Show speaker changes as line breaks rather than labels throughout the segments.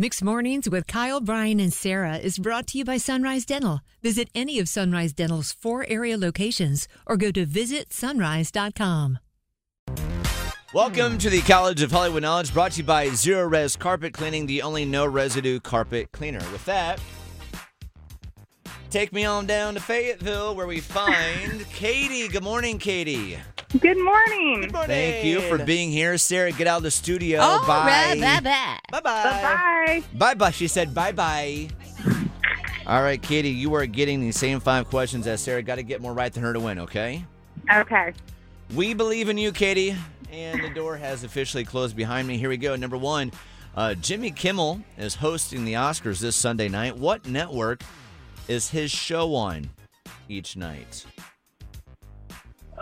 Mixed Mornings with Kyle, Brian, and Sarah is brought to you by Sunrise Dental. Visit any of Sunrise Dental's four area locations or go to visitsunrise.com.
Welcome to the College of Hollywood Knowledge, brought to you by Zero Res Carpet Cleaning, the only no residue carpet cleaner. With that, take me on down to Fayetteville where we find Katie. Good morning, Katie.
Good morning.
Thank you for being here. Sarah, get out of the studio.
All
bye.
right, bye bye.
Bye bye.
Bye.
Bye bye. She said bye bye. All right, Katie, you are getting the same five questions as Sarah. Got to get more right than her to win, okay?
Okay.
We believe in you, Katie. And the door has officially closed behind me. Here we go. Number one uh, Jimmy Kimmel is hosting the Oscars this Sunday night. What network is his show on each night?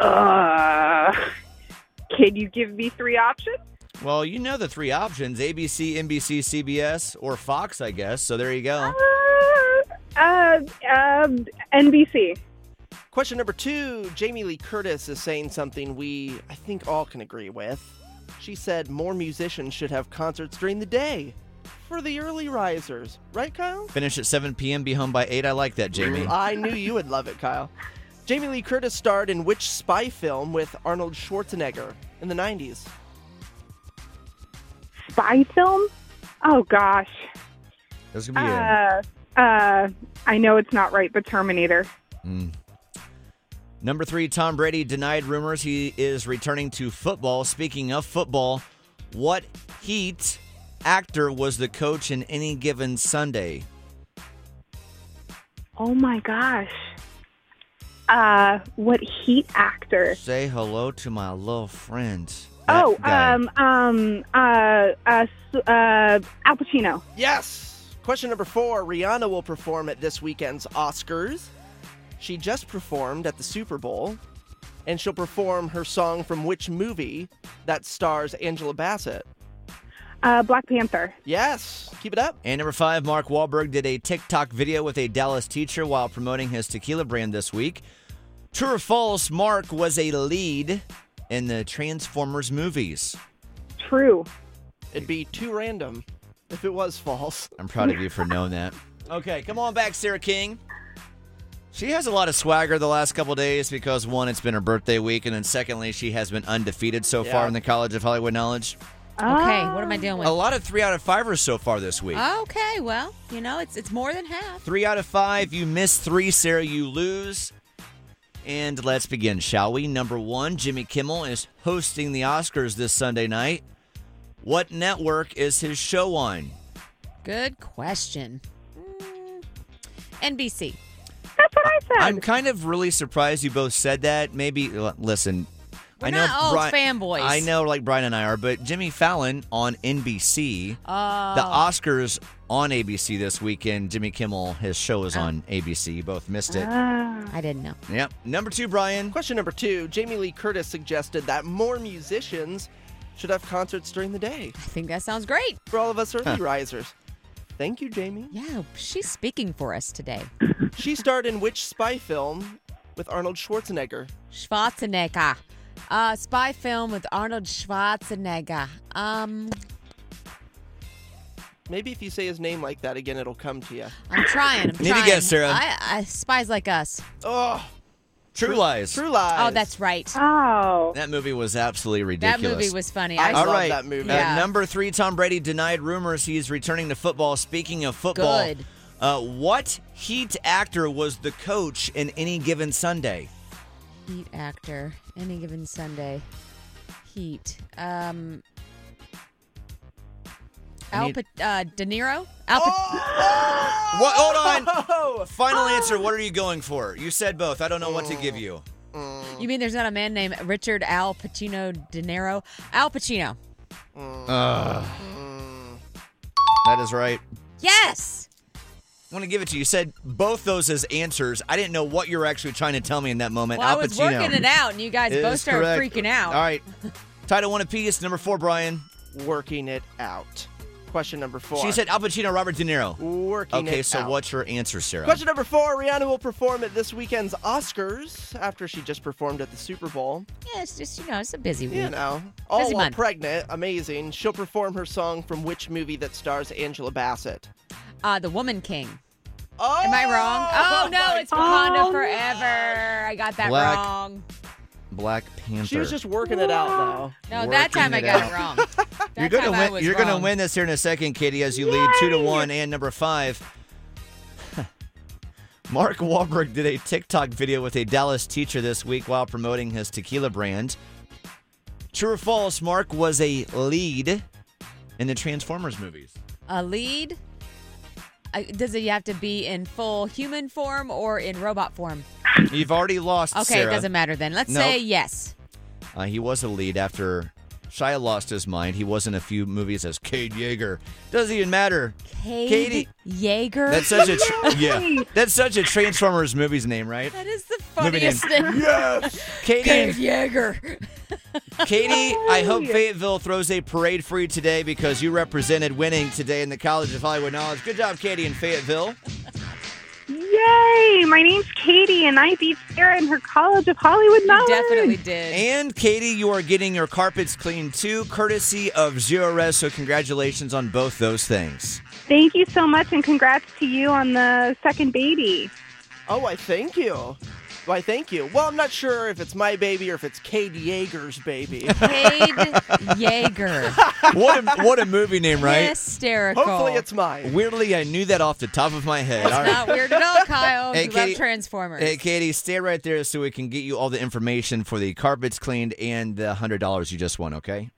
Uh, can you give me three options?
Well, you know the three options ABC, NBC, CBS, or Fox, I guess. So there you go. Oh.
Uh, uh, um, NBC.
Question number two Jamie Lee Curtis is saying something we, I think, all can agree with. She said more musicians should have concerts during the day for the early risers. Right, Kyle?
Finish at 7 p.m., be home by 8. I like that, Jamie.
I knew you would love it, Kyle. Jamie Lee Curtis starred in which spy film with Arnold Schwarzenegger in the 90s?
Spy film? Oh, gosh.
That's going to be a.
Uh, uh, I know it's not right, but Terminator.
Number three, Tom Brady denied rumors he is returning to football. Speaking of football, what Heat actor was the coach in any given Sunday?
Oh, my gosh. Uh, what heat actor?
Say hello to my little friend. That
Oh,
guy.
um, um, uh, uh, s- uh, Al Pacino.
Yes! Question number four Rihanna will perform at this weekend's Oscars. She just performed at the Super Bowl, and she'll perform her song from which movie that stars Angela Bassett?
Uh, Black Panther.
Yes, keep it up.
And number five, Mark Wahlberg did a TikTok video with a Dallas teacher while promoting his tequila brand this week. True or false, Mark was a lead in the Transformers movies.
True.
It'd be too random if it was false.
I'm proud of you for knowing that. Okay, come on back, Sarah King. She has a lot of swagger the last couple days because one, it's been her birthday week, and then secondly, she has been undefeated so far
Yeah.
in the College of Hollywood Knowledge.
Okay, what am I dealing
A
with?
lot of three out of fivers so far this week.
Okay, well, you know, it's it's more than half.
Three out of five. You miss three, Sarah. You lose. And let's begin, shall we? Number one, Jimmy Kimmel is hosting the Oscars this Sunday night. What network is his show on?
Good question. Mm, NBC.
That's what I said.
I'm kind of really surprised you both said that. Maybe l- listen.
We're not all fanboys.
I know, like Brian and I are, but Jimmy Fallon on NBC.
Uh,
The Oscars on ABC this weekend. Jimmy Kimmel, his show is on
Oh.
ABC. You both missed it.
Ah.
I didn't know.
Yep. Number two, Brian.
Question number two Jamie Lee Curtis suggested that more musicians should have concerts during the day
I think that sounds great.
for all of us early risers. Thank you, Jamie.
Yeah, she's speaking for us today.
She starred in which spy film with Arnold Schwarzenegger?
Schwarzenegger. Uh, spy film with Arnold Schwarzenegger. Um,
Maybe if you say his name like that again, it'll come to you.
I'm trying. I'm
Need to
trying.
guess, Sarah.
I, I spies like us.
Oh,
True Lies.
True Lies.
Oh, that's right.
Oh.
That movie was absolutely
That
ridiculous.
movie was funny.
I
I,
All
love
right.
that movie.
At
Yeah.
number three, Tom Brady denied rumors he is returning to football. Speaking of football,
Good.
Uh, what Heat actor was the coach in any given Sunday?
Heat actor. Any given Sunday. Heat. Um. Al
need-
Pa- uh, De Niro. Al Pa-
What? Hold on.
Oh,
Final answer. What are you going for? You said both. I don't know what to give you. Oh!
You mean there's not a man named Richard Al Pacino De Niro? Al Pacino.
That is right.
Yes.
I want to give it to you. You said both those as answers. I didn't know what you were actually trying to tell me in that moment.
Well, I
Al
was
Pacino
working it out, and you guys
is
both started
correct.
freaking out.
All right. Title one apiece. Number four, Brian.
working it out. Question number four.
She said Al Pacino, Robert De Niro.
working.
Okay,
it
so
out.
what's your answer, Sarah?
Question number four Rihanna will perform at this weekend's Oscars after she just performed at the Super Bowl.
Yeah, it's just, you know, it's a busy week.
You know, all
Busy
while
month.
pregnant, amazing. She'll perform her song from which movie that stars Angela Bassett?
Uh, the Woman King.
Oh,
Am I wrong? Oh, no,
my
it's Wakanda
Oh,
Forever. I got that
Black
wrong.
Black Panther.
She was just working it out, though.
No, that
Working
time I
it
got
out.
it wrong. That
You're gonna
time I
win.
was
You're gonna
wrong.
win this here in a second, Katie, as you lead two to one and number five. Mark Wahlberg did a TikTok video with a Dallas teacher this week while promoting his tequila brand. True or false? Mark was a lead in the Transformers movies.
A lead? Uh, does it have to be in full human form or in robot form?
You've already lost,
Okay,
Sarah.
it doesn't matter then. Let's
Nope.
say yes.
Uh, he was a lead after Shia lost his mind. He was in a few movies as Cade Yeager. Doesn't even matter.
Cade
Katie-
Yeager.
That's such a tr- yeah. That's such a Transformers movie's name, right?
That is the
Moving in.
funniest thing.
Yes!
Cade
Katie,
Yeager.
Katie, I hope Fayetteville throws a parade for you today because you represented winning today in the College of Hollywood Knowledge. Good job, Katie, in Fayetteville.
Yay! My name's Katie, and I beat Sarah in her College of Hollywood
You
knowledge.
definitely did.
And Katie, you are getting your carpets cleaned too, courtesy of Zero Res. So congratulations on both those things.
Thank you so much, and congrats to you on the second baby.
Oh, I thank you. Why, thank you. Well, I'm not sure if it's my baby or if it's Cade Yeager's baby.
Cade Yeager.
What a what a movie name, right?
Hysterical.
Hopefully, it's mine.
Weirdly, I knew that off the top of my head. All right.
not weird at all, Kyle.
Hey,
you
Katie-
love Transformers.
Hey, Katie, stay right there so we can get you all the information for the carpets cleaned and the $100 you just won, okay?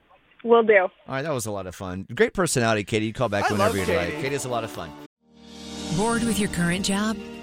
Will do.
All right, that was a lot of fun. Great personality, Katie. You call back
I
whenever
love
you'd like.
Katie.
Katie's a lot of fun.
Bored with your current job?